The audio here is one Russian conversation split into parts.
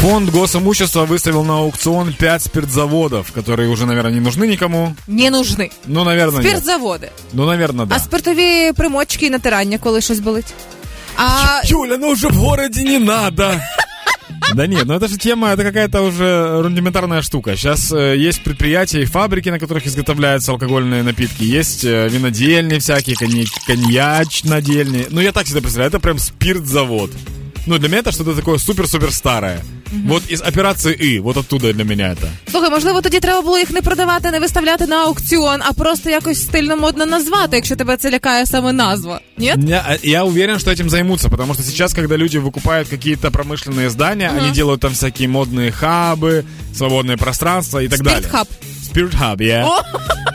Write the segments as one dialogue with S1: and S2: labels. S1: Фонд госимущества выставил на аукцион 5 спиртзаводов, которые уже, наверное, не нужны никому.
S2: Не нужны.
S1: Ну, наверное, нет.
S2: Спиртзаводи.
S1: Ну, наверное, да.
S2: А спиртові примочки і натирання, коли щось болить. А
S1: Юля, ну уже в городе не надо. Да нет, ну это же тема, это какая-то уже рудиментарная штука. Сейчас э, есть предприятия и фабрики, на которых изготовляются алкогольные напитки. Есть э, винодельни всякие, конья- коньячнодельни. Ну я так всегда представляю, это прям спиртзавод. Ну для меня это что-то такое супер-супер старое. Вот из операции И, вот оттуда для меня это.
S2: слухай, можливо, тоді треба було їх не продавати, не виставляти на аукціон, а просто якось стильно модно назвати, якщо тебе це лякає саме назва. Ні?
S1: Я, а я уверен, что этим займутся, потому что сейчас, когда люди выкупают какие-то промышленные здания, они делают там всякие модные хабы, свободное пространство и так далее.
S2: Спиртхаб.
S1: Spirit Hub, yeah.
S2: О!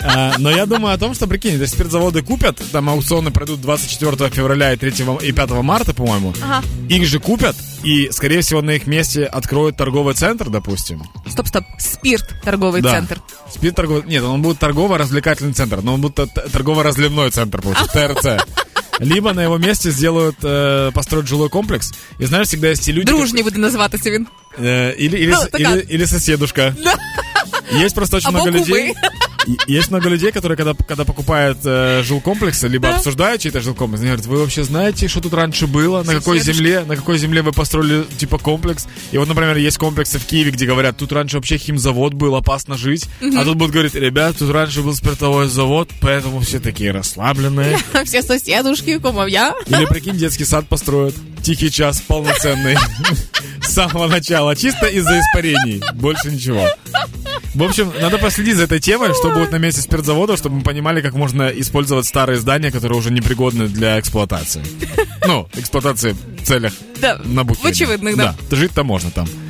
S1: А, но я думаю о том, что, прикинь, если спиртзаводы купят, там аукционы пройдут 24 февраля и 3 и 5 марта, по-моему,
S2: Ага.
S1: их же купят, и, скорее всего, на их месте откроют торговый центр, допустим.
S2: Стоп, стоп. Спірт, торговий
S1: Да.
S2: центр.
S1: Спирт торговый... Нет, он будет торгово-развлекательный центр, но он будет т- т- торгово-разливной центр, получается, ТРЦ. Либо на его месте сделают, э, построят жилой комплекс. І знаєш, всегда есть те люди...
S2: Дружній буде називатися він.
S1: Э, или, или,
S2: Ну,
S1: с-
S2: так
S1: или-
S2: как?
S1: или соседушка. Есть просто очень
S2: А
S1: много
S2: буквы
S1: людей. И- Есть много людей, которые, когда, когда покупают э, жилкомплексы, либо
S2: Да.
S1: обсуждают чей-то жилкомплекс, они говорят, вы вообще знаете, что тут раньше было? На какой
S2: Соседушка.
S1: земле? На какой земле вы построили, типа, комплекс? И вот, например, есть комплексы в Киеве, где говорят, тут раньше вообще химзавод был, опасно жить. А тут будут говорить, ребят, тут раньше был спиртовой завод, поэтому все такие расслабленные.
S2: Всі сусідушки, кумов'я.
S1: Или, прикинь, детский сад построят. Тихий час полноценный. С самого начала. Чисто из-за испарений. Больше ничего. В общем, надо последить за этой темой, что будет на месте спиртзавода, чтобы мы понимали, как можно использовать старые здания, которые уже непригодны для эксплуатации. Ну, эксплуатации в целях
S2: Да.
S1: на
S2: В очевидних, да.
S1: да. Жить-то можно там.